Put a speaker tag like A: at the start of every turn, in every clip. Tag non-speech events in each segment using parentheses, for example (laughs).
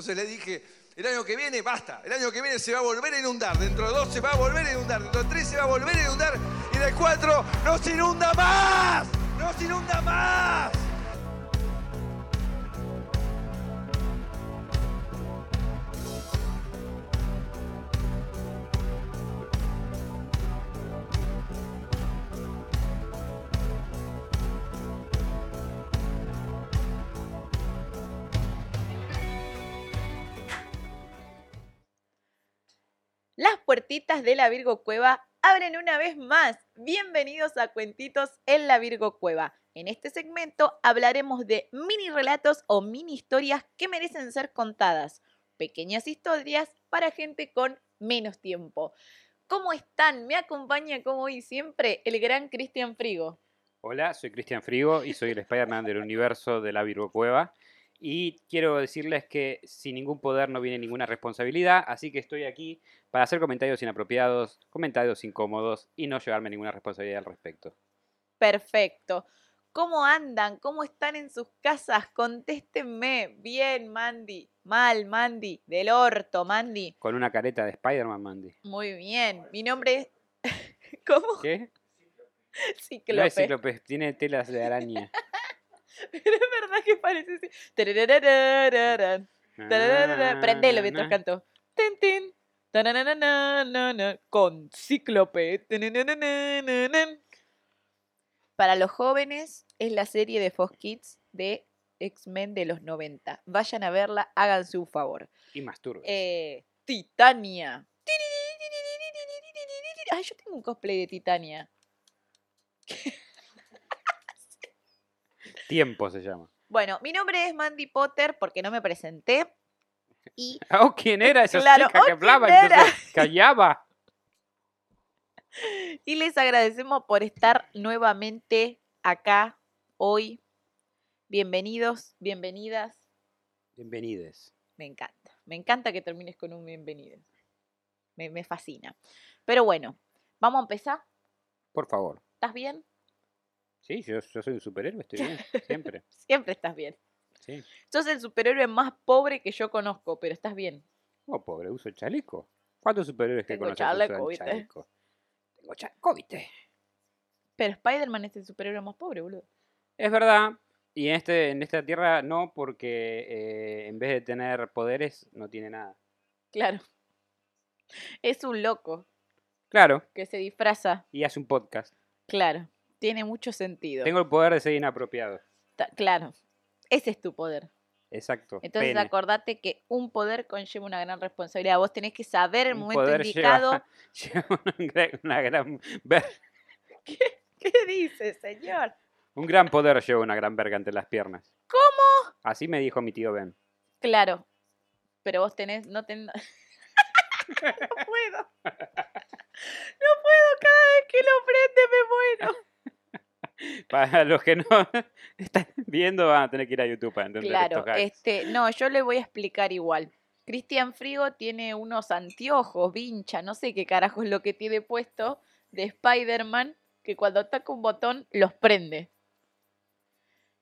A: Entonces le dije, el año que viene basta, el año que viene se va a volver a inundar, dentro de dos se va a volver a inundar, dentro de tres se va a volver a inundar y de cuatro no se inunda más, no se inunda más.
B: Las puertitas de la Virgo Cueva abren una vez más. Bienvenidos a Cuentitos en la Virgo Cueva. En este segmento hablaremos de mini relatos o mini historias que merecen ser contadas. Pequeñas historias para gente con menos tiempo. ¿Cómo están? Me acompaña como hoy siempre el gran Cristian Frigo.
C: Hola, soy Cristian Frigo y soy el Spider-Man del universo de la Virgo Cueva. Y quiero decirles que sin ningún poder no viene ninguna responsabilidad, así que estoy aquí para hacer comentarios inapropiados, comentarios incómodos y no llevarme ninguna responsabilidad al respecto.
B: Perfecto. ¿Cómo andan? ¿Cómo están en sus casas? Contéstenme. Bien, Mandy. Mal, Mandy. Del orto, Mandy.
C: Con una careta de Spider-Man, Mandy.
B: Muy bien. Mi nombre es. (laughs) ¿Cómo?
C: ¿Qué? No es
B: Cíclope. (laughs)
C: cíclope, tiene telas de araña.
B: Pero es verdad que parece. así. Tararararararán, tarararararán. Prendelo mientras canto. Tin, tin. Tarananananana, Con Cíclope. Tanananananan. Para los jóvenes es la serie de Fox Kids de X-Men de los 90. Vayan a verla, háganse un favor.
C: Y masturbe.
B: Eh, Titania. Ay, yo tengo un cosplay de Titania.
C: Tiempo se llama.
B: Bueno, mi nombre es Mandy Potter porque no me presenté. Y
C: Oh, ¿quién era esa
B: Claro,
C: chica
B: oh,
C: que
B: ¿quién
C: hablaba?
B: era?
C: Entonces callaba.
B: Y les agradecemos por estar nuevamente acá hoy. Bienvenidos, bienvenidas.
C: Bienvenides.
B: Me encanta. Me encanta que termines con un bienvenido. Me, me fascina. Pero bueno, vamos a empezar.
C: Por favor.
B: ¿Estás bien?
C: Sí, yo, yo soy un superhéroe, estoy
B: (laughs)
C: bien, siempre.
B: Siempre estás bien.
C: Sí.
B: Sos el superhéroe más pobre que yo conozco, pero estás bien.
C: Oh, pobre, uso el chaleco. ¿Cuántos superhéroes que
B: Tengo
C: conoces
B: chaleco,
C: usan
B: ¿viste?
C: chaleco? Tengo chaleco, ¿viste?
B: Pero Spider-Man es el superhéroe más pobre, boludo.
C: Es verdad. Y en, este, en esta tierra no, porque eh, en vez de tener poderes, no tiene nada.
B: Claro. Es un loco
C: Claro,
B: que se disfraza.
C: y hace un podcast.
B: Claro. Tiene mucho sentido.
C: Tengo el poder de ser inapropiado.
B: Ta- Claro. Ese es tu poder.
C: Exacto.
B: Entonces
C: pene.
B: acordate que un poder conlleva una gran responsabilidad. Vos tenés que saber el
C: Un
B: momento
C: poder (laughs)
B: indicado. (laughs)
C: lleva- lleva un gran, una gran ver-
B: ¿Qué dice, señor?
C: un gran poder lleva una gran verga entre las piernas. ¿Cómo? Así me dijo mi tío Ben.
B: Claro. Pero vos tenés, no ten... (laughs) no puedo. (laughs) No puedo, cada vez que lo prende me muero.
C: Para los que no (laughs) están viendo, van a tener que ir a YouTube para entender
B: Claro,
C: estos gags.
B: este, no, yo le voy a explicar igual. Cristian Frigo tiene unos anteojos, vincha, no sé qué carajo es lo que tiene puesto de Spider-Man, que cuando ataca un botón los prende.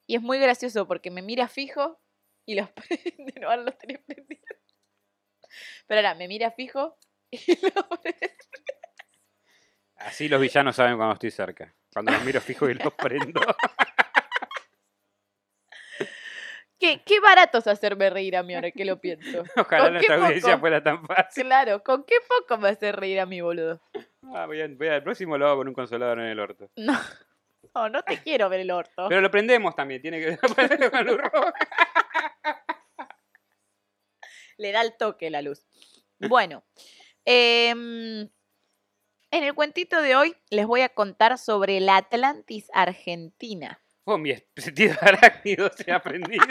B: Y es muy gracioso porque me mira fijo y los (laughs) prende, no ahora los tenés prendidos. Pero ahora me mira fijo (laughs) y los prende.
C: Así los villanos saben cuando estoy cerca. Cuando los miro fijo y
B: (laughs)
C: los prendo. (laughs)
B: Qué, qué barato es hacerme reír a mí ahora que lo pienso.
C: Ojalá
B: ¿Con qué
C: nuestra audiencia
B: poco?
C: fuera tan fácil.
B: Claro, con qué poco me hace reír a mí, boludo.
C: Ah, bien, bien, el próximo lo hago con un consolador en el orto.
B: No, no, no te quiero ver el orto.
C: Pero lo prendemos también, tiene que (laughs) ver con luz roja.
B: le da el toque la luz. Bueno, em, en el cuentito de hoy les voy a contar sobre la Atlantis Argentina.
C: Oh, mi sentido (laughs) arácnido se ha prendido.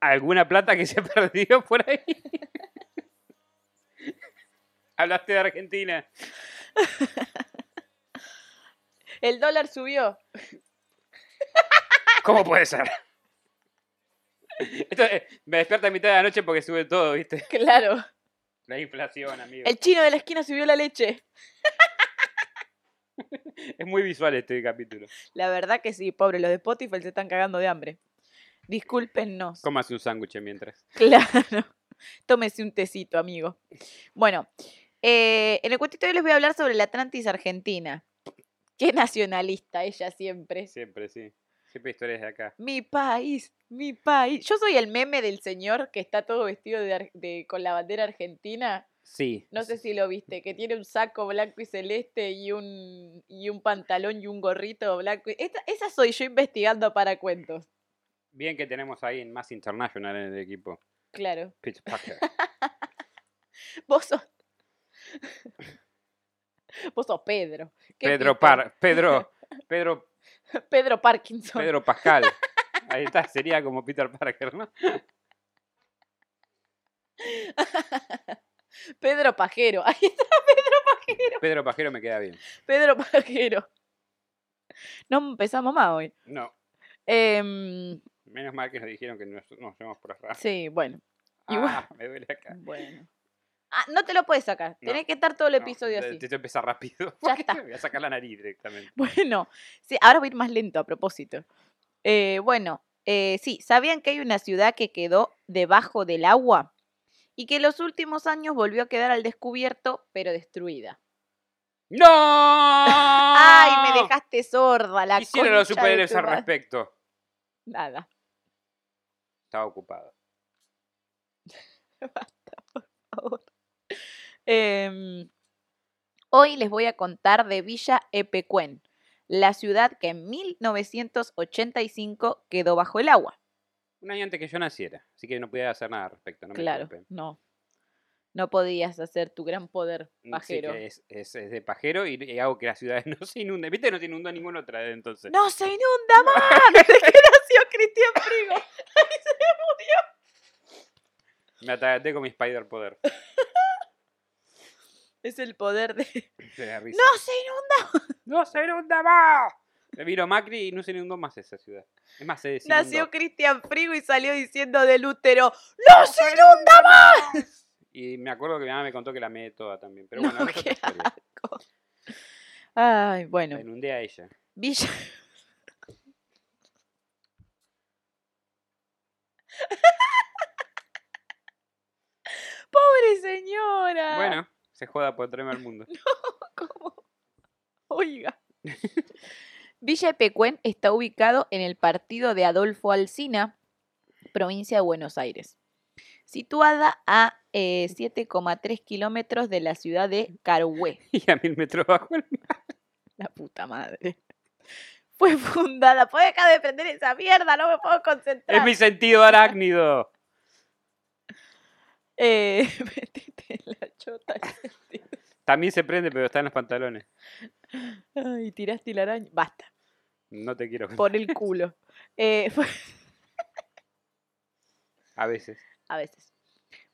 C: ¿Alguna plata que se (laughs) perdió por ahí? Hablaste de Argentina.
B: El dólar subió.
C: ¿Cómo puede ser? Esto, eh, me despierta a mitad de la noche porque sube todo, ¿viste?
B: Claro.
C: La inflación, amigo.
B: El chino de la esquina subió la leche.
C: Es muy visual este capítulo.
B: La verdad que sí, pobre, los de Spotify se están cagando de hambre.
C: (laughs)
B: Discúlpennos.
C: Cómase un sándwich mientras.
B: Claro. Tómese un tecito, amigo. Bueno, eh, en el cuentito de hoy les voy a hablar sobre la Atlantis Argentina. Qué nacionalista ella siempre.
C: Siempre, sí. Siempre historias de acá.
B: Mi país, mi país. Yo soy el meme del señor que está todo vestido de, ar- de- con la bandera argentina.
C: Sí.
B: No sé si lo viste, que tiene un saco blanco y celeste y un, y un pantalón y un gorrito blanco. y- Esta- esa soy yo investigando para cuentos.
C: Bien que tenemos ahí en Más International en el equipo.
B: Claro.
C: Pitch Packer.
B: Vos sos. (laughs) Vos sos Pedro. (laughs) ¿Qué
C: Pedro
B: tipo?
C: Par. Pedro. Pedro.
B: (laughs) Pedro Parkinson.
C: Pedro Pascal. Ahí está, sería como Peter Parker, ¿no?
B: (laughs) Pedro Pajero. (laughs) Ahí está
C: Pedro Pajero me queda bien.
B: Pedro Pajero. No empezamos más hoy.
C: No,
B: Em,
C: menos mal que nos dijeron que nos, nos llevamos por acá.
B: sí, bueno.
C: Ah, me duele acá.
B: Bueno. Ah, no te lo puedes sacar.
C: No.
B: Tenés que estar todo el
C: No,
B: episodio
C: te-
B: así.
C: Te, te empieza rápido.
B: Ya (laughs) está.
C: Voy a sacar la nariz directamente.
B: Bueno, sí, ahora voy a ir más lento a propósito. Eh, bueno, eh, sí, ¿sabían que hay una ciudad que quedó debajo del agua? Y que en los últimos años volvió a quedar al descubierto, pero destruida.
C: ¡No!
B: ¡Ay, me dejaste sorda la
C: ¿Qué hicieron los
B: concha de
C: superhéroes
B: tu
C: al
B: madre?
C: respecto?
B: Nada.
C: Estaba ocupado.
B: Em, hoy les voy a contar de Villa Epecuén, la ciudad que en 1985 quedó bajo el agua.
C: Un año antes que yo naciera, así que no podía hacer nada al respecto. No me
B: claro,
C: culpen.
B: no. No podías hacer tu gran poder
C: Mm, Sí,
B: pajero.
C: que es, es- es de pajero y, y hago que las ciudades (laughs) no se inunden. ¿Viste? No se inundó ninguna otra desde entonces.
B: ¡No se inunda más! (laughs) Desde que nació Cristian Frigo.
C: (laughs) Me atacaté con mi spider
B: (laughs)
C: poder.
B: Es el poder
C: (laughs)
B: de.
C: De la risa.
B: ¡No se inunda!
C: ¡No se inunda más! Me Vino Macri y no se inundó más esa ciudad. Es más, se desinundó.
B: Nació Cristian Frigo y salió diciendo del útero: ¡No se inunda más!
C: Y me acuerdo que mi mamá me contó que la amé toda también. Pero
B: No,
C: bueno, es
B: (laughs) qué
C: otra historia.
B: Ay,
C: La
B: bueno.
C: inundé a ella. (laughs)
B: Villa. (laughs) Pobre señora.
C: Bueno, se joda por traerme al mundo. (laughs)
B: ¿Cómo? Oiga. Villa Epecuén está ubicado en el partido de Adolfo Alsina, provincia de Buenos Aires, situada a eh, 7,3 kilómetros de la ciudad de Carué,
C: Y a mil metros bajo el
B: la puta madre. Fue fundada. ¿Puedo dejar de prender esa mierda? No me puedo concentrar.
C: (laughs) Es mi sentido arácnido.
B: Eh, (laughs) metete en la chota.
C: También se prende, pero está en los pantalones.
B: Ay, tiraste la araña. Basta.
C: No te quiero. (laughs)
B: Por el culo. Eh, fue-
C: A veces.
B: a veces.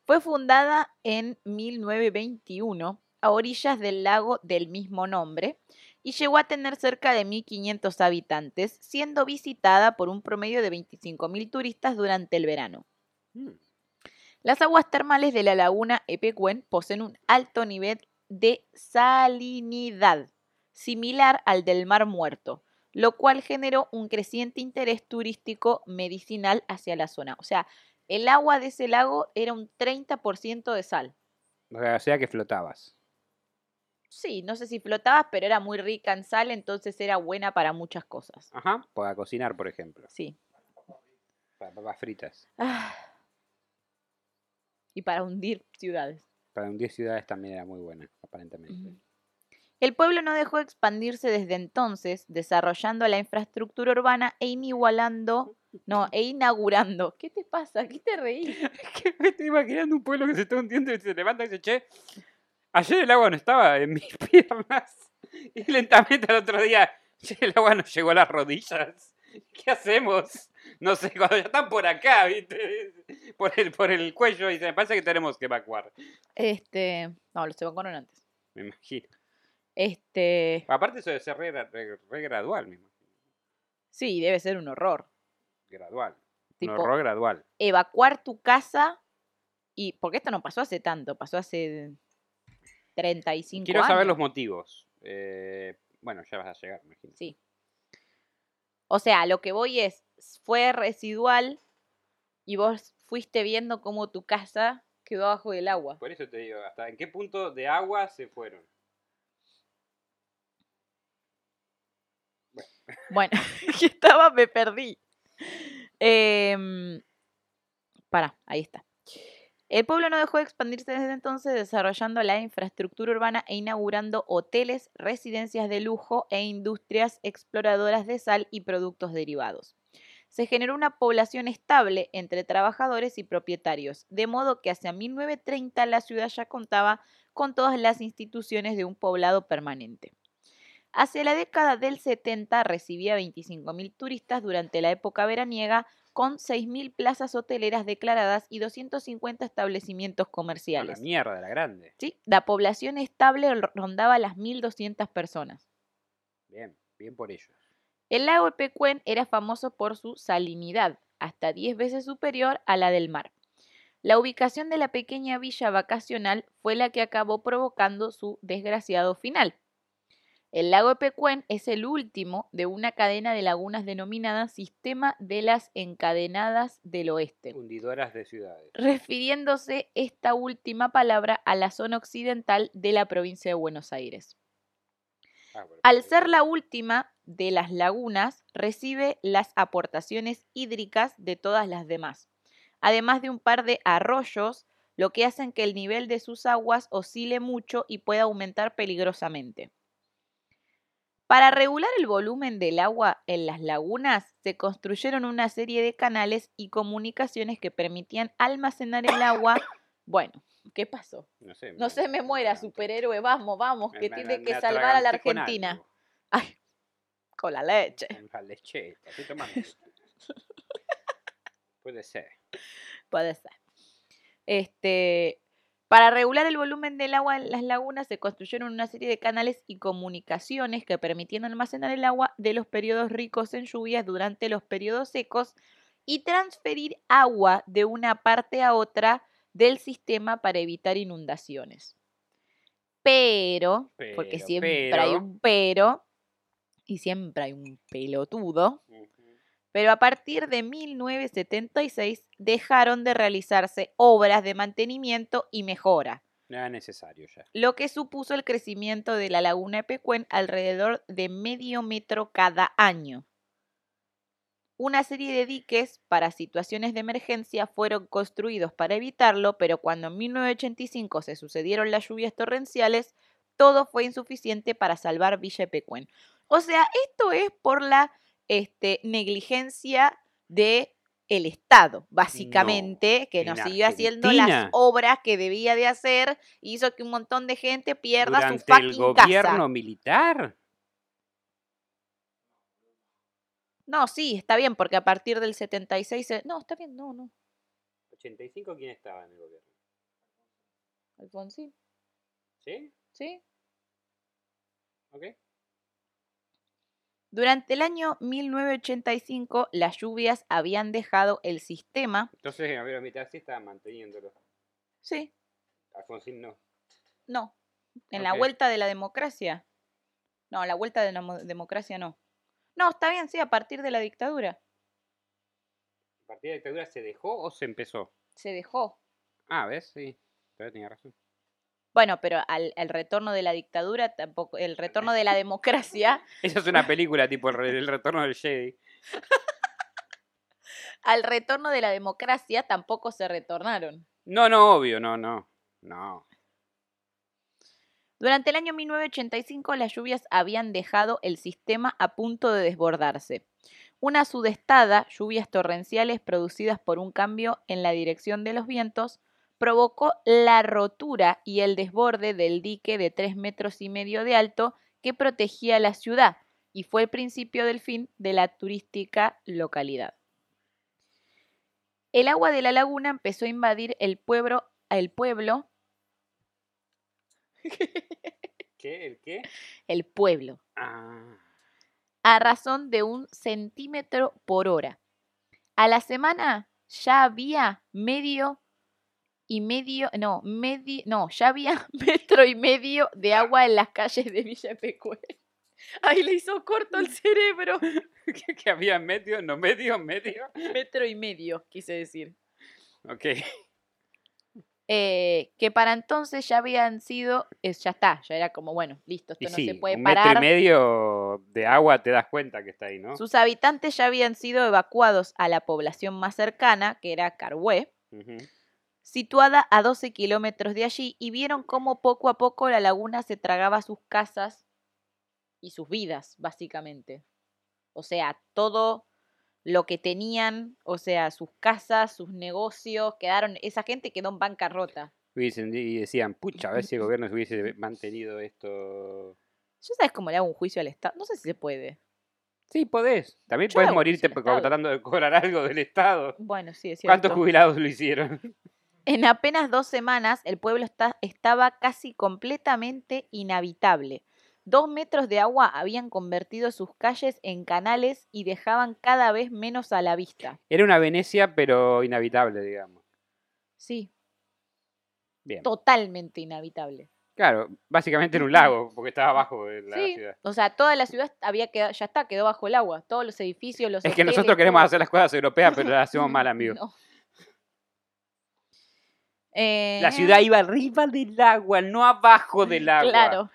B: Fue fundada en 1921 a orillas del lago del mismo nombre y llegó a tener cerca de 1.500 habitantes, siendo visitada por un promedio de 25.000 turistas durante el verano.
C: Mm.
B: Las aguas termales de la laguna Epecuén poseen un alto nivel de salinidad, similar al del Mar Muerto, lo cual generó un creciente interés turístico medicinal hacia la zona. O sea, el agua de ese lago era un 30% de sal.
C: O sea que flotabas.
B: Sí, no sé si flotaba, pero era muy rica en sal, entonces era buena para muchas cosas.
C: Ajá. Para cocinar, por ejemplo.
B: Sí.
C: Para papas fritas.
B: Ah. Y para hundir ciudades.
C: Para un 10 ciudades también era muy buena, aparentemente.
B: Ujú. El pueblo no dejó de expandirse desde entonces, desarrollando la infraestructura urbana e inigualando, no, e inaugurando. ¿Qué te pasa? ¿Qué te reí?
C: que me estoy imaginando un pueblo que se está hundiendo y se levanta y dice, che, ayer el agua no estaba en mis (laughs) piernas. Y lentamente al otro día, che, el agua nos llegó a las rodillas. ¿Qué hacemos? No sé, cuando ya están por acá, ¿viste? Por el, por el cuello y se me parece que tenemos que evacuar.
B: Este, no, los evacuaron antes.
C: Me imagino.
B: Este,
C: Aparte eso debe ser re, re- re gradual, me imagino.
B: sí, debe ser un horror.
C: Gradual.
B: Tipo,
C: Un horror gradual.
B: evacuar tu casa y porque esto no pasó hace tanto, pasó hace 35
C: Quiero
B: años.
C: saber los motivos. Eh, Bueno, ya vas a llegar, me imagino.
B: Sí. O sea, lo que voy es, fue residual y vos fuiste viendo cómo tu casa quedó bajo del agua.
C: Por eso te digo, ¿hasta en qué punto de agua se fueron?
B: Bueno, (laughs) que estaba, me perdí. Em, pará, ahí está. El pueblo no dejó de expandirse desde entonces, desarrollando la infraestructura urbana e inaugurando hoteles, residencias de lujo e industrias exploradoras de sal y productos derivados. Se generó una población estable entre trabajadores y propietarios, de modo que hacia 1930 la ciudad ya contaba con todas las instituciones de un poblado permanente. Hacia la década del 70 recibía 25.000 turistas durante la época veraniega, con 6.000 plazas hoteleras declaradas y 250 establecimientos
C: A la
B: comerciales.
C: mierda, a la grande.
B: Sí, la población estable rondaba las 1.200 personas.
C: Bien, bien por ellos.
B: El lago de Pecuén era famoso por su salinidad, hasta 10 veces superior a la del mar. La ubicación de la pequeña villa vacacional fue la que acabó provocando su desgraciado final. El lago de Pecuén es el último de una cadena de lagunas denominada Sistema de las Encadenadas del Oeste
C: Hundidoras de ciudades.
B: refiriéndose esta última palabra a la zona occidental de la provincia de Buenos Aires.
C: Ah, bueno,
B: Al
C: por
B: ser
C: eso.
B: la última de las lagunas, recibe las aportaciones hídricas de todas las demás, además de un par de arroyos, lo que hacen que el nivel de sus aguas oscile mucho y pueda aumentar peligrosamente. Para regular el volumen del agua en las lagunas, se construyeron una serie de canales y comunicaciones que permitían almacenar el agua.
C: (coughs)
B: Bueno, ¿qué pasó?
C: No sé,
B: No se me muera,
C: atragantó.
B: superhéroe, vamos, vamos,
C: Me-
B: que
C: me-
B: tiene
C: me
B: que salvar a la
C: atraganté con
B: Argentina. (laughs)
C: algo.
B: Ay, con la leche.
C: Con La lecheta, estoy
B: (laughs)
C: tomando. Puede ser.
B: Puede ser. Este, para regular el volumen del agua en las lagunas se construyeron una serie de canales y comunicaciones que permitían almacenar el agua de los periodos ricos en lluvias durante los periodos secos y transferir agua de una parte a otra del sistema para evitar inundaciones. Pero, porque
C: Pero,
B: siempre
C: pero.
B: hay un pero, y siempre hay un pelotudo,
C: Ujú.
B: pero a partir de 1976 dejaron de realizarse obras de mantenimiento y mejora,
C: No era necesario ya.
B: lo que supuso el crecimiento de la laguna de Pecuén alrededor de medio metro cada año. Una serie de diques para situaciones de emergencia fueron construidos para evitarlo, pero cuando en 1985 se sucedieron las lluvias torrenciales, todo fue insuficiente para salvar Villa de Pecuén. O sea, esto es por la este, negligencia de el Estado, básicamente, que
C: en
B: no siguió haciendo las
C: Argentina.
B: obras que debía de hacer, hizo que un montón de gente pierda su
C: Durante
B: fucking
C: el gobierno
B: casa.
C: militar.
B: No, sí, está bien, porque a partir del 76... se- eh, No, está bien, no, no.
C: 85 quién estaba en el gobierno.
B: Alfonsín,
C: ¿Sí?
B: sí.
C: ¿Ok?
B: Durante el año 1985, las lluvias habían dejado el sistema.
C: Entonces el gobierno militar sí estaba manteniéndolo.
B: Sí,
C: Alfonsín no.
B: no. En la
C: Ok.
B: vuelta de la democracia. No, en la vuelta de la mo- democracia no. No, está bien, sí, a partir de la dictadura.
C: ¿A partir de la dictadura se dejó o se empezó?
B: Se dejó.
C: Ah, ¿ves? Sí. Todavía tenía razón.
B: Bueno, pero al, al retorno de la dictadura tampoco, el retorno
C: (laughs)
B: de la democracia,
C: Esa es una película tipo El, re- el retorno del Jedi.
B: al retorno de la democracia tampoco se retornaron.
C: No, no, obvio, no, no. No.
B: Durante el año 1985 las lluvias habían dejado el sistema a punto de desbordarse. Una sudestada, lluvias torrenciales producidas por un cambio en la dirección de los vientos, provocó la rotura y el desborde del dique de 3 metros y medio de alto que protegía la ciudad y fue el principio del fin de la turística localidad. El agua de la laguna empezó a invadir el pueblo, el pueblo,
C: ¿Qué? ¿El qué?
B: el pueblo.
C: Ah. (laughs)
B: a razón de un centímetro por hora. A la semana ya había medio y medio, no, (laughs) (laughs) medio, no, ya había metro y medio de agua en las calles de Villa Pecuén. Ahí le hizo corto el
C: (laughs)
B: cerebro.
C: que, que había medio, no medio, medio.
B: Metro y medio, quise decir.
C: Ok.
B: Eh, que para entonces ya habían sido, es- ya está, ya era como, bueno, listo, esto
C: Y
B: no
C: sí,
B: se puede
C: un
B: parar.
C: metro y medio de agua te das cuenta que está ahí, ¿no?
B: Sus habitantes ya habían sido evacuados a la población más cercana, que era Carhué,
C: Ujú.
B: situada a 12 kilómetros de allí, y vieron cómo poco a poco la laguna se tragaba sus casas y sus vidas, básicamente. O sea, todo lo que tenían, o sea, sus casas, sus negocios, quedaron, esa gente quedó en bancarrota.
C: Y dicen- Y decían, pucha, a ver si el gobierno
B: (laughs)
C: hubiese mantenido esto.
B: ¿Yo sabes cómo le hago un juicio al Estado? No sé si se puede.
C: Sí, podés. También
B: Yo
C: podés
B: hago juicio
C: morirte
B: al
C: por-
B: Estado.
C: tratando de cobrar algo del Estado.
B: Bueno, sí, es cierto.
C: ¿Cuántos jubilados lo hicieron? (laughs)
B: En apenas dos semanas, el pueblo esta- estaba casi completamente inhabitable. Dos metros de agua habían convertido sus calles en canales y dejaban cada vez menos a la vista.
C: Era una Venecia, pero inhabitable, digamos.
B: Sí,
C: Bien.
B: totalmente inhabitable.
C: Claro, básicamente era un lago, porque estaba abajo de la
B: sí,
C: ciudad.
B: o sea, toda la ciudad había quedado, ya está, quedó bajo el agua. Todos los edificios, los
C: Es que
B: hoteles,
C: nosotros queremos
B: todo.
C: hacer las cosas europeas, pero las hacemos mal, amigo.
B: No. Eh,
C: La ciudad iba arriba del agua, no abajo del
B: (laughs)
C: agua.
B: Claro.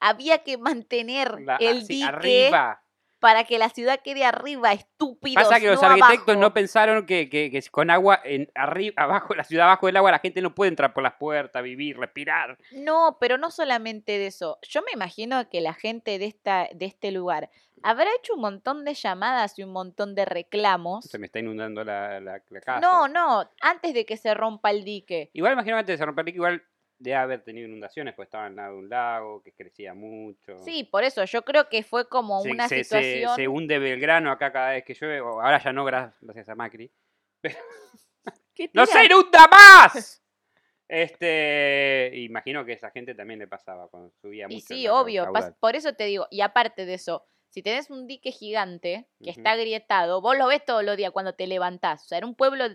B: Había que mantener
C: La-
B: el
C: así,
B: dique
C: arriba.
B: para que la ciudad quede arriba, estúpidos.
C: Pasa que los
B: no
C: arquitectos
B: abajo.
C: no pensaron que, que- que si con agua en arriba, abajo, la ciudad abajo del agua, la gente no puede entrar por las puertas, vivir, respirar.
B: No, pero no solamente de eso. Yo me imagino que la gente de, esta, de este lugar habrá hecho un montón de llamadas y un montón de reclamos.
C: Se me está inundando la, la- la casa.
B: No, no, antes de que se rompa el dique.
C: Igual, imagino antes de San Romperique, igual de haber tenido inundaciones, pues estaba al lado de un lago, que crecía mucho.
B: Sí, por eso yo creo que fue como
C: se,
B: una
C: se- se-
B: situación.
C: se hunde Belgrano acá cada vez que llueve. o Ahora ya no, gra- gracias a Macri.
B: ¿Qué
C: ¡No
B: tira?
C: se inunda más!
B: (laughs)
C: Este, imagino que esa gente también le pasaba cuando subía mucho.
B: Y
C: el
B: sí,
C: agua
B: obvio, pas-
C: caudal.
B: por eso te digo, y aparte de eso, si tenés un dique gigante que
C: Ujú.
B: está grietado, vos lo ves todos los días cuando te levantás. O sea, era un pueblo,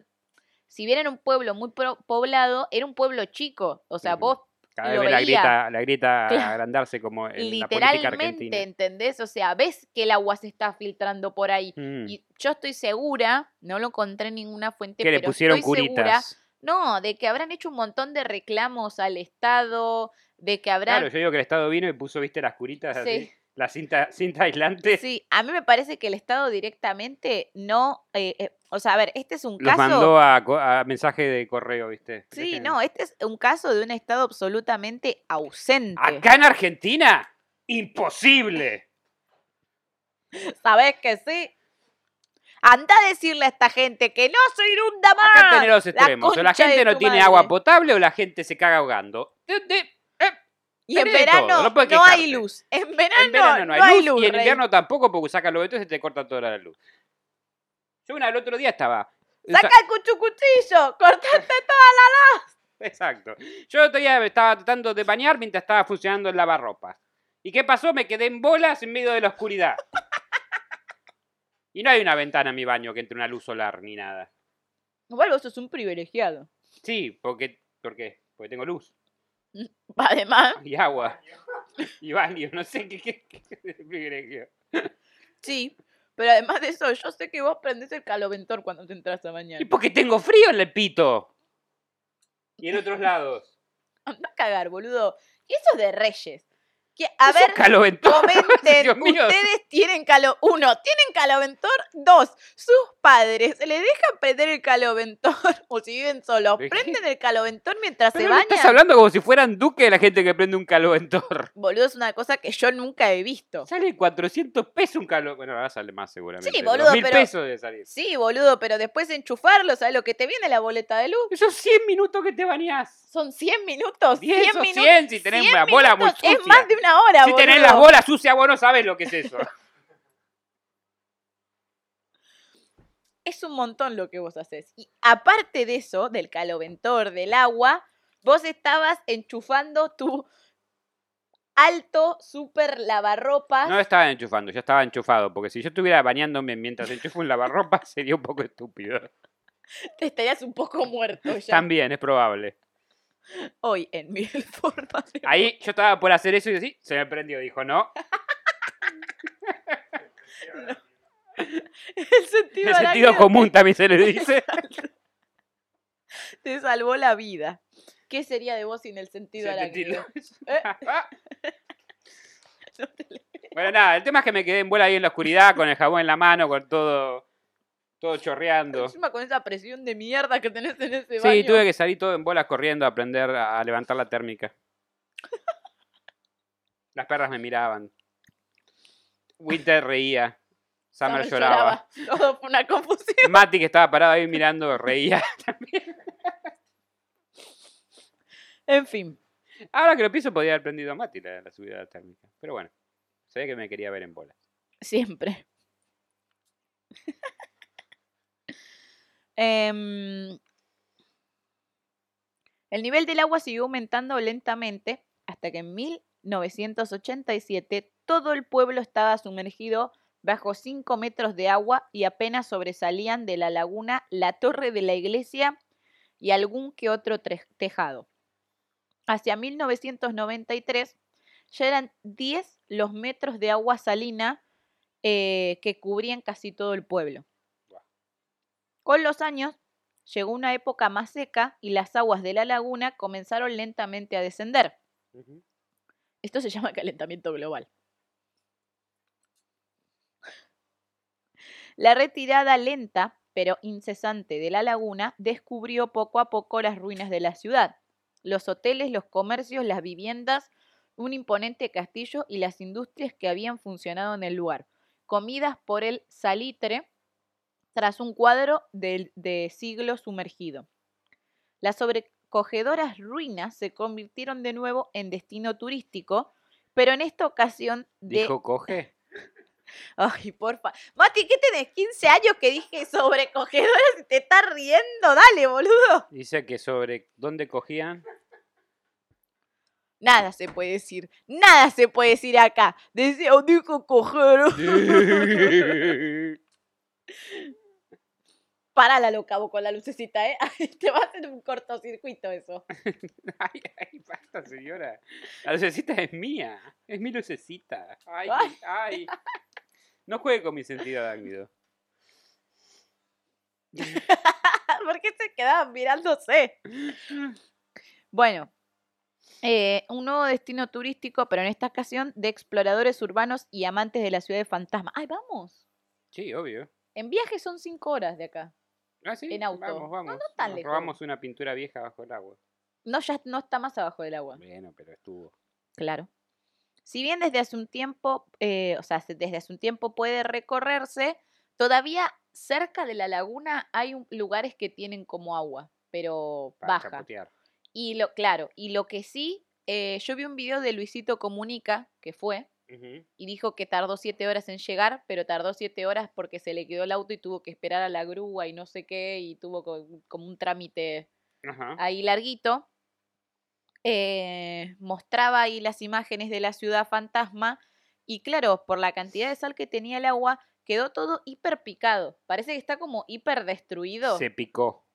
B: si bien era un pueblo muy pro- poblado, era un pueblo chico. O sea,
C: Ujú.
B: vos
C: Cada
B: lo
C: vez ve la
B: veía.
C: grieta, la grieta
B: (laughs) Claro.
C: agrandarse como en la política argentina.
B: literalmente, ¿entendés? O sea, ves que el agua se está filtrando por ahí.
C: Mm,
B: Y yo estoy segura, no lo encontré en ninguna fuente,
C: que le
B: pero
C: pusieron
B: estoy segura,
C: curitas.
B: no, de que habrán hecho un montón de reclamos al Estado, de que habrán
C: Claro, yo digo que el Estado vino y puso, viste, las curitas así.
B: Sí.
C: La cinta, cinta aislante.
B: Sí, a mí me parece que el Estado directamente no, eh, eh, o sea, a ver, este es un
C: Los
B: caso,
C: mandó a, co- a mensaje de correo, viste.
B: sí,
C: Dejen-
B: no, este es un caso de un Estado absolutamente ausente.
C: Acá en Argentina, imposible.
B: (laughs) ¿Sabes que sí? Anda a decirle a esta gente que no se inunda más.
C: Acá tenés los
B: Ah, la
C: extremos. o la
B: concha de
C: gente no
B: tu
C: tiene
B: madre.
C: agua potable o la gente se caga ahogando. De- de-
B: Y en
C: tenés de
B: verano
C: todo, no
B: no,
C: podés
B: hay
C: quejarte.
B: luz. En verano,
C: en verano no hay luz, y en
B: Rey.
C: invierno tampoco porque sacas los vetos y se te corta toda la luz. Yo una, el otro día estaba...
B: Saca el cuchucuchillo, (laughs) cortate toda.
C: (laughs) Exacto. Yo todavía me estaba tratando de bañar mientras estaba funcionando el lavarropa. ¿Y qué pasó? Me quedé en bolas en medio de la oscuridad. Y no hay una ventana en mi baño que entre una luz solar ni nada.
B: Igual vos sos un privilegiado.
C: Sí, porque ¿por qué? Porque tengo luz
B: Además,
C: y agua y baño, no sé qué, qué- qué es el privilegio.
B: sí. Pero además de eso, yo sé que vos prendés el caloventor cuando te entras a mañana.
C: Y porque tengo frío en el pito. Y en otros lados.
B: (laughs) Anda a cagar, boludo. Y eso es de Reyes. Que, a
C: Eso
B: ver,
C: es (laughs) caloventón.
B: comenten.
C: Dios mío.
B: Ustedes tienen calo. Uno, tienen caloventor. Dos, sus padres le dejan prender el caloventor. (laughs) O si viven solos,
C: ¿De qué?
B: prenden el caloventor mientras
C: Pero
B: se
C: me
B: bañan.
C: estás hablando como si fueran duque de la gente que prende un caloventón.
B: Boludo, es una cosa que yo nunca he visto.
C: Sale 400 pesos un calor. Bueno, ahora sale más seguramente.
B: Sí, boludo,
C: mil
B: pero-
C: pesos debe salir.
B: Sí, boludo, pero después enchufarlo, ¿sabes lo que te viene la boleta de luz?
C: Esos 100 minutos que te bañás.
B: Son 100 minutos.
C: 10
B: 100
C: o
B: minutos.
C: 100 si tenés
B: 100
C: la bola muy
B: minutos,
C: sucia.
B: Es más de una hora,
C: si tenés
B: boludo.
C: las bolas sucias, vos no sabés lo que es
B: (laughs)
C: eso.
B: es un montón lo que vos haces. Y aparte de eso, del caloventor, del agua, vos estabas enchufando tu alto super lavarropas.
C: No estaba enchufando, ya estaba enchufado. Porque si yo estuviera bañándome mientras enchufo un lavarropa, (laughs) sería un poco estúpido.
B: Te estarías un poco muerto ya.
C: También es probable.
B: Hoy en mi (laughs) forma de-
C: Ahí yo estaba por hacer eso y así, se me prendió. Dijo, no.
B: El sentido,
C: El sentido
B: arácnido (laughs)
C: común también se le dice.
B: Te, te salvó la vida. ¿Qué sería de vos sin el sentido Eh. arácnido?
C: (laughs)
B: No te le-
C: Bueno, nada, el tema es que me quedé en bola ahí en la oscuridad con el jabón en la mano, con todo, todo chorreando.
B: Encima con esa presión de mierda que tenés en ese baño.
C: Sí, tuve que salir todo en bolas corriendo a aprender a a levantar la
B: (laughs)
C: térmica. Las perras me miraban. Winter reía. Summer, lloraba.
B: lloraba. (laughs) Todo fue una confusión.
C: (laughs) Mati, que estaba parado ahí mirando, reía.
B: En fin.
C: Ahora que lo pienso, podía haber prendido a Mati la, la subida de la térmica. Pero bueno, se ve que me quería ver en bolas.
B: Siempre. (laughs) Em, el nivel del agua siguió aumentando lentamente hasta que en 1987 todo el pueblo estaba sumergido bajo 5 metros de agua y apenas sobresalían de la laguna la torre de la iglesia y algún que otro tre- tejado. Hacia 1993 ya eran 10 los metros de agua salina eh, que cubrían casi todo el pueblo.
C: Guau.
B: Con los años llegó una época más seca y las aguas de la laguna comenzaron lentamente a descender. Esto se llama (laughs) calentamiento global. La retirada lenta pero incesante de la laguna descubrió poco a poco las ruinas de la ciudad, los hoteles, los comercios, las viviendas, un imponente castillo y las industrias que habían funcionado en el lugar, comidas por el salitre tras un cuadro del- de siglo sumergido. Las sobrecogedoras ruinas se convirtieron de nuevo en destino turístico, pero en esta ocasión de...
C: Dijo, coge.
B: Ay, porfa. Mati, ¿qué tenés? 15 años que dije sobrecogedora si te estás riendo. Dale, boludo.
C: Dice que sobre
B: (laughs)
C: dónde cogían. (laughs)
B: Nada se puede decir. Nada se puede decir acá. Decía, dijo cogedora. Para la loca vos con la lucecita, ¿eh? (laughs) Ay, te va a hacer un cortocircuito eso. (laughs)
C: Ay, ay, basta, señora. La lucecita es mía. Es mi lucecita. Ay,
B: Ay.
C: ay. No juegue con mi sentido arácnido.
B: ¿Por qué se quedaban mirándose? Bueno, eh, un nuevo destino turístico, pero en esta ocasión de exploradores urbanos y amantes de la ciudad de fantasma. ¡Ay, vamos!
C: Sí, obvio.
B: En viaje son 5 horas de acá.
C: Ah, sí,
B: En auto.
C: Vamos,
B: No,
C: vamos.
B: tan
C: Nos
B: lejos.
C: Robamos una pintura vieja bajo el agua.
B: No, ya no está más abajo del agua.
C: Bueno, pero estuvo.
B: Claro. Si bien desde hace un tiempo, eh, o sea, se- desde hace un tiempo puede recorrerse, todavía cerca de la laguna hay un- lugares que tienen como agua, pero
C: Para
B: baja.
C: chapotear.
B: Y lo, claro, y lo que sí, eh, yo vi un video de Luisito Comunica, que fue,
C: Ujú.
B: y dijo que tardó siete horas en llegar, pero tardó siete horas porque se le quedó el auto y tuvo que esperar a la grúa y no sé qué, y tuvo co- como un trámite
C: Ajá.
B: ahí larguito, eh, mostraba ahí las imágenes de la ciudad fantasma y claro, por la cantidad de sal que tenía el agua, quedó todo hiper picado. Parece que está como hiper destruido,
C: Se picó.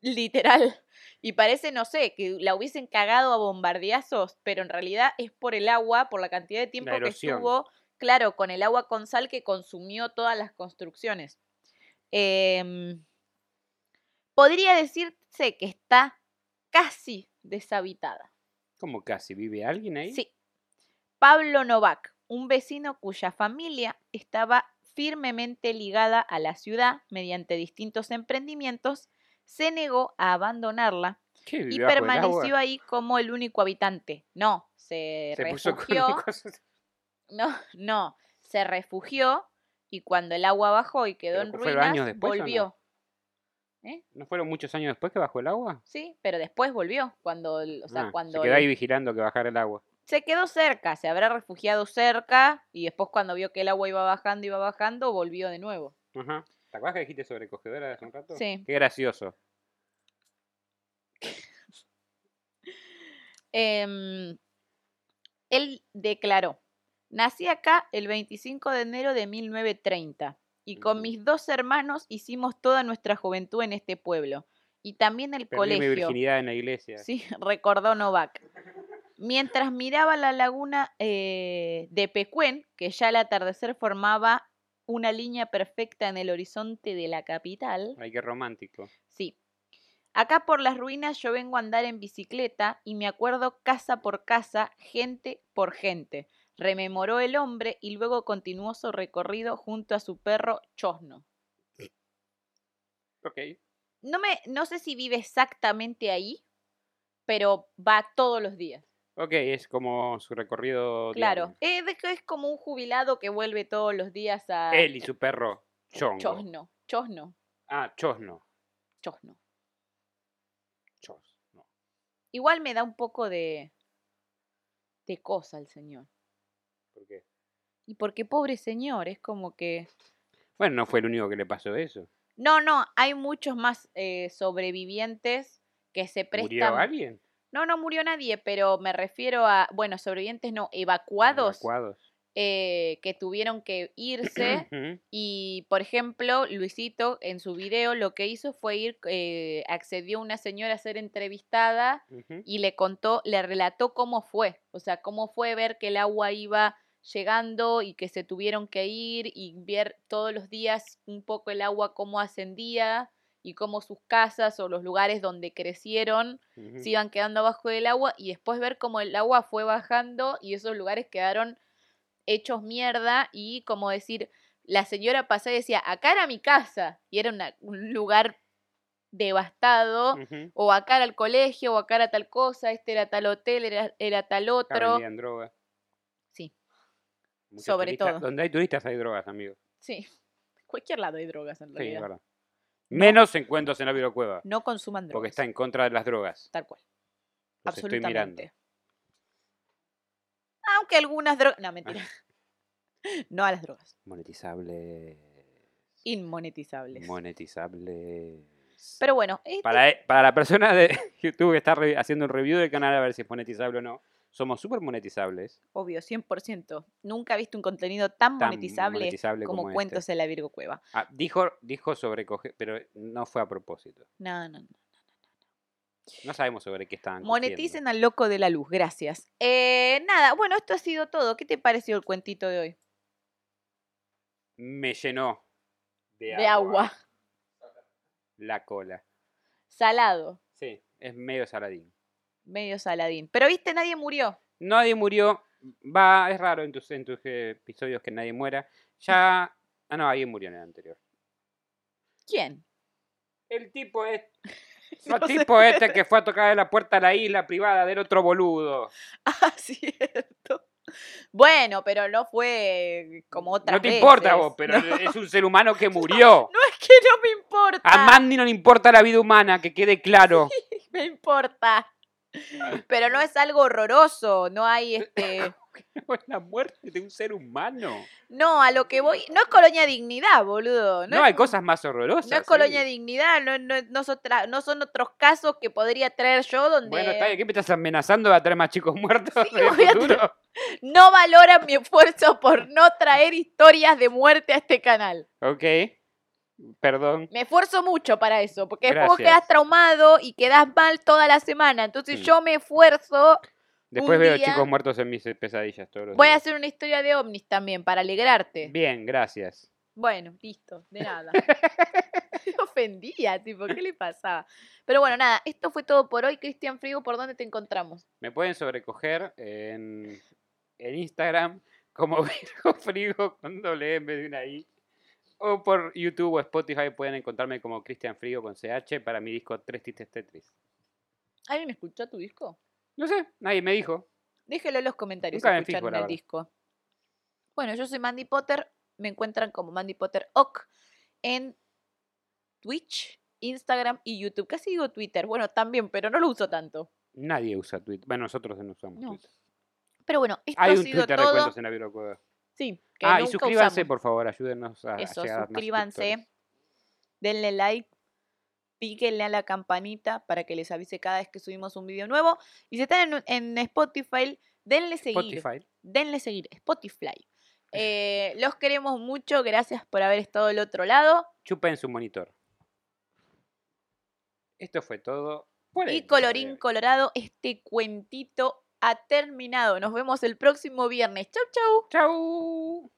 B: literal. Y parece, no sé, que la hubiesen cagado a bombardeazos, pero en realidad es por el agua, por la cantidad de tiempo que
C: erosión.
B: estuvo, claro, con el agua con sal que consumió todas las construcciones. Em, podría decirse que está casi deshabitada.
C: Como casi. ¿Vive alguien ahí?
B: Sí. Pablo Novak, un vecino cuya familia estaba firmemente ligada a la ciudad mediante distintos emprendimientos, se negó a abandonarla
C: ¿Qué,
B: y
C: vive bajo el agua?
B: permaneció ahí como el único habitante. No, se,
C: Se puso con
B: refugió.
C: (laughs) cosas.
B: (laughs) No, no, se refugió y cuando el agua bajó y quedó
C: ¿Pero
B: en
C: fueron
B: ruinas,
C: años después o no?
B: volvió.
C: ¿No fueron muchos años después que bajó el agua?
B: Sí, pero después volvió, cuando, el- o sea,
C: Ah,
B: cuando
C: se quedó
B: el-
C: ahí vigilando que bajara el agua.
B: se quedó cerca, se habrá refugiado cerca y después cuando vio que el agua iba bajando, iba bajando, volvió de nuevo.
C: Ajá. ¿Te acuerdas que dijiste sobrecogedora hace un rato?
B: Sí.
C: Qué gracioso.
B: Em, él declaró, nací acá el 25 de enero de 1930 y con
C: Ujú.
B: mis dos hermanos hicimos toda nuestra juventud en este pueblo y también el
C: Perdí mi
B: colegio.
C: virginidad en la
B: (laughs)
C: iglesia.
B: Sí, recordó Novak. Mientras miraba la laguna eh, de Pecuén, que ya al atardecer formaba una línea perfecta en el horizonte de la capital.
C: Ay, qué romántico.
B: Sí. Acá por las ruinas yo vengo a andar en bicicleta y me acuerdo casa por casa, gente por gente. Rememoró el hombre y luego continuó su recorrido junto a su perro Chosno.
C: Ok.
B: No, me, no sé si vive exactamente ahí, pero va todos los días.
C: Ok, es como su recorrido.
B: Claro.
C: diario.
B: Es, es como un jubilado que vuelve todos los días a...
C: Él y su perro, Chongo.
B: Chosno, Chosno,
C: Ah, Chosno.
B: Chosno.
C: Chosno.
B: Igual me da un poco de. de cosa el señor.
C: ¿Por qué?
B: Y porque pobre señor, es como que.
C: Bueno, no fue el único que le pasó eso.
B: No, no, hay muchos más eh, sobrevivientes que se
C: ¿Murió
B: prestan.
C: alguien?
B: No, no murió nadie, pero me refiero a. bueno, sobrevivientes no, evacuados
C: Evacuados.
B: eh, que tuvieron que
C: (clears throat)
B: irse.
C: Ujú.
B: Y, por ejemplo, Luisito en su video lo que hizo fue ir, eh, accedió una señora a ser entrevistada
C: Ujú.
B: y le contó, le relató cómo fue, o sea, cómo fue ver que el agua iba llegando y que se tuvieron que ir y ver todos los días un poco el agua cómo ascendía y cómo sus casas o los lugares donde crecieron
C: Ujú.
B: se iban quedando abajo del agua y después ver cómo el agua fue bajando y esos lugares quedaron hechos mierda y como decir, la señora pasaba y decía, acá era mi casa y era una- un lugar devastado
C: Ujú.
B: o acá era el colegio, o acá era tal cosa, este era tal hotel, era, era tal
C: Acá
B: otro.
C: vendían droga.
B: Sí.
C: Muchos
B: Sobre
C: turistas-
B: todo.
C: Donde hay turistas hay drogas, amigo.
B: Sí. (laughs) Cualquier lado hay drogas en
C: Sí, es
B: realidad.
C: verdad. Menos encuentros en la Virocueva,
B: no consuman drogas.
C: porque está en contra de las drogas.
B: Tal cual.
C: Los estoy mirando.
B: Absolutamente. Aunque algunas drogas. No, mentira.
C: Ah.
B: (laughs) no a las drogas.
C: Monetizables.
B: Inmonetizables.
C: Monetizables.
B: Pero bueno, este-
C: Para, e- para la persona de (laughs) YouTube que está re- haciendo un review del canal a ver si es monetizable o no, somos súper monetizables.
B: obvio, 100%. Nunca he visto un contenido tan,
C: tan
B: Ah, monetizable,
C: monetizable
B: como,
C: este.
B: cuentos en la Virgo Cueva.
C: Ah, dijo, dijo sobrecoger, pero no fue a propósito.
B: No, no, no.
C: No sabemos sobre qué estaban cogiendo.
B: Moneticen al loco de la luz, gracias. Eh, nada, bueno, esto ha sido todo. ¿Qué te pareció el cuentito de hoy?
C: Me llenó de,
B: de
C: agua,
B: agua. (laughs)
C: la cola.
B: Salado,
C: Sí, es medio saladín.
B: medio saladín. Pero viste, nadie murió.
C: Nadie murió. Va, es raro en tus, en tus eh, episodios que nadie muera. Ya. Ah, no, alguien murió en el anterior.
B: ¿Quién? (laughs)
C: El tipo es.
B: No
C: El
B: sé.
C: tipo este que fue a tocar la puerta de la isla privada del otro boludo.
B: Ah, (laughs) cierto. Bueno, pero no fue como otra
C: no te importa vos, pero es un ser humano que murió.
B: (laughs) No es que no me importa.
C: A Mandy no le importa la vida humana, que quede claro.
B: (laughs)
C: (laughs)
B: Me importa. Pero no es algo horroroso, no hay este...
C: la muerte de un ser humano.
B: No, a lo que voy... No es colonia dignidad, boludo.
C: No,
B: es-
C: hay cosas más horrorosas. eh.
B: No es
C: sí.
B: colonia dignidad, no, no, no son tra- no son otros casos que podría traer yo donde...
C: Bueno, está bien, ¿qué me estás amenazando a traer más chicos muertos
B: Sí,
C: en el
B: voy a
C: futuro?
B: no valoran mi esfuerzo por no traer historias de muerte a este canal.
C: Ok. Perdón.
B: Me esfuerzo mucho para eso, porque después vos
C: Gracias.
B: quedás traumado y quedás mal toda la semana. Entonces
C: Mm.
B: yo me esfuerzo.
C: Después
B: Un
C: veo
B: día-
C: chicos muertos en mis eh, pesadillas todos los
B: Voy a
C: días.
B: hacer una historia de ovnis también, para alegrarte.
C: Bien, gracias.
B: Bueno, listo,
C: (laughs)
B: de nada. (laughs) Me ofendía, tipo, ¿qué le pasaba? Pero bueno, nada, esto fue todo por hoy. Cristian Frigo, ¿por dónde te encontramos?
C: Me pueden sobrecoger en, en Instagram como (laughs) Virgo Frigo con doble M de una I. O por YouTube o Spotify pueden encontrarme como Cristian Frigo con CH para mi disco Tres Tristes Tetris.
B: ¿Alguien escuchó tu disco?
C: No sé, nadie me dijo.
B: Déjelo en los comentarios
C: Nunca
B: si
C: me fijo,
B: escucharon
C: la
B: el
C: verdad.
B: disco. Bueno, yo soy Mandy Potter. Me encuentran como Mandy Potter Oc en Twitch, Instagram y YouTube. Casi digo Twitter. Bueno, también, pero no lo uso tanto.
C: Nadie usa Twitter. Bueno, nosotros no usamos
B: No.
C: Twitter.
B: Pero bueno, esto
C: Hay
B: ha
C: un
B: sido
C: Twitter de
B: todo.
C: cuentos en la Birocueva.
B: Sí, que
C: Ah, y
B: nunca
C: suscríbanse,
B: usamos.
C: por favor, ayúdenos a, a
B: Eso,
C: llegar a más suscriptores.
B: suscríbanse, denle like, píquenle a la campanita para que les avise cada vez que subimos un video nuevo. Y si están en, en Spotify, denle seguir.
C: Spotify.
B: denle seguir, Spotify. (laughs) Eh, los queremos mucho, gracias por haber estado del otro lado.
C: Chupen su monitor. Esto fue todo. por el
B: Y
C: día de
B: colorín
C: hoy.
B: colorado, este cuentito ha terminado. Nos vemos el próximo viernes. Chau, chau.
C: Chau.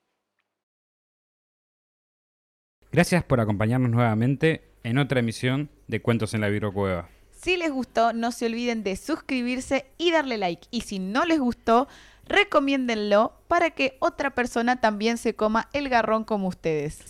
C: Gracias por acompañarnos nuevamente en otra emisión de Cuentos en la Virocueva.
B: Si les gustó, no se olviden de suscribirse y darle like. Y si no les gustó, recomiéndenlo para que otra persona también se coma el garrón como ustedes.